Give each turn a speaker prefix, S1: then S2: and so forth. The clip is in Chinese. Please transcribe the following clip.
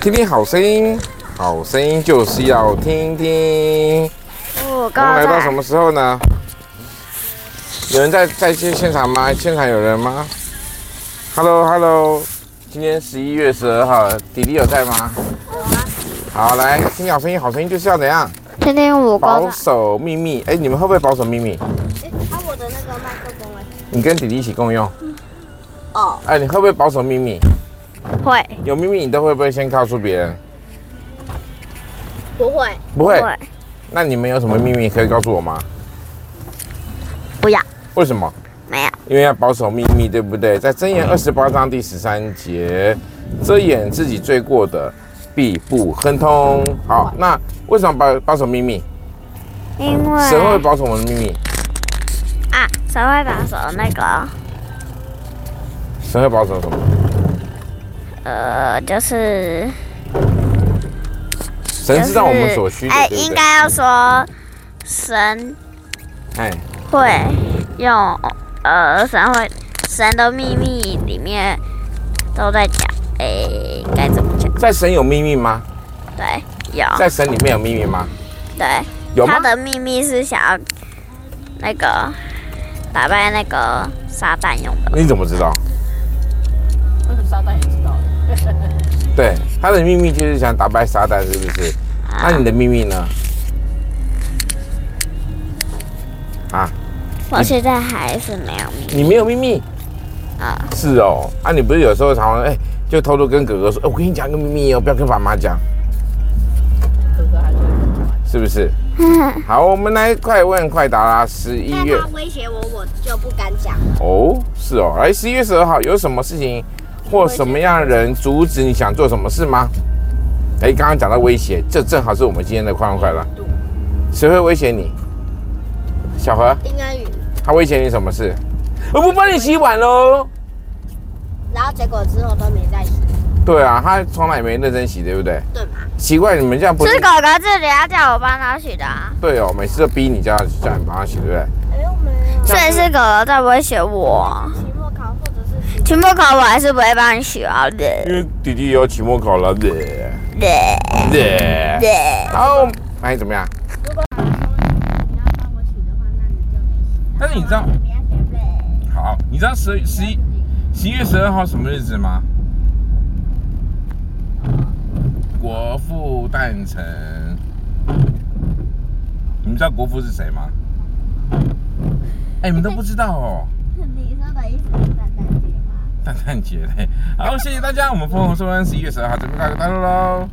S1: 听听好声音，好声音就是要听听。
S2: 我
S1: 我们
S2: 刚
S1: 来到什
S2: 才
S1: 么时候呢？有人在在现现场吗？现场有人吗？Hello Hello，今天十一月十二号，弟弟有啊在吗？好，来听好声音，好声音就是要怎样？
S2: 天天我刚
S1: 保
S2: 才
S1: 守秘密。哎，你们会不会保守秘密？
S3: 啊，我的那个麦克风哎。
S1: 你跟弟弟一起共用。
S3: 哦。
S1: 哎，你会不会保守秘密？
S2: 会
S1: 有秘密你都会不会先告诉别人？
S3: 不会，
S1: 不会。那你们有什么秘密可以告诉我吗？
S2: 不要
S1: 为什么？
S2: 没有
S1: 因为要保守秘密，对不对？在《箴言》
S2: 嗯
S1: 二十八章第十三节，遮掩自己罪过的，必不亨通。
S2: 嗯
S1: 好，那为什么保保守秘密？
S2: 因
S1: 神会
S2: 为
S1: 保守我们的秘密，
S2: 啊神会把手那个
S1: 神会保守什么？
S2: 呃就是
S1: 神知道我们所需的
S2: 哎，，
S1: 对
S2: 应
S1: 不对？
S2: 该要说神
S1: 哎，
S2: 会用呃神会神的秘密里面都在讲，哎该怎么讲？
S1: 在神有秘密吗？
S2: 对，有
S1: 在神里面有秘密吗？
S2: 对，
S1: 有吗
S2: 哦他？的秘密是想要那个打败那个撒旦用的，
S1: 你怎么知道？
S4: 为什么撒旦也知道？
S1: 对，他的秘密就是想打败撒旦，是不是？
S2: 啊
S1: 那你的秘密呢？
S2: 我现在还是没有秘密
S1: 你没有秘密？
S2: 啊。
S1: 是哦，啊，你不是有时候常常哎、就偷偷跟哥哥说，哎我跟你讲一个秘密哦，不要跟爸妈讲，
S4: 哥哥还是会跟出来。
S1: 是不是？好，我们来快问快答啦。十一
S3: 但
S1: 月
S3: 他威胁我，我就不敢讲。
S1: 哦，是哦，来十一月十二号有什么事情或什么样的人阻止你想做什么事吗？哎、刚刚讲到威胁，这正好是我们今天的快问快答。谁会威胁你？小何，
S3: 丁恩宇，
S1: 他威胁你什么事？我不帮你洗碗哦喽。
S3: 然后结果之后都没再洗，
S1: 对啊，他从来没认真洗，对不对？
S3: 对吗？
S1: 奇怪，你们这样不
S2: 是狗狗自己要叫我帮他取的、啊，
S1: 对哦，每次都逼你叫他叫你帮他洗，对不对？
S3: 没有没有。
S2: 所以是狗狗在威胁我。
S3: 期末考或者是期
S2: 期末考我还是不会帮你取啊的
S1: 因为弟弟也要期末考了，对
S2: 的
S1: 对。
S2: 的。
S1: 好，哎，怎么样？
S3: 你要帮我洗的话，那你就得洗。
S1: 但是你知道，好，你知道十十一十一月十二号什么日子吗？国父诞辰。你们知道国父是谁吗？哎，你们都不知道哦。
S3: 你说的意思是蛋蛋姐吗？
S1: 蛋蛋节嘞。好，谢谢大家，我们凤凰收官十一月十二号这边告一个段落喽。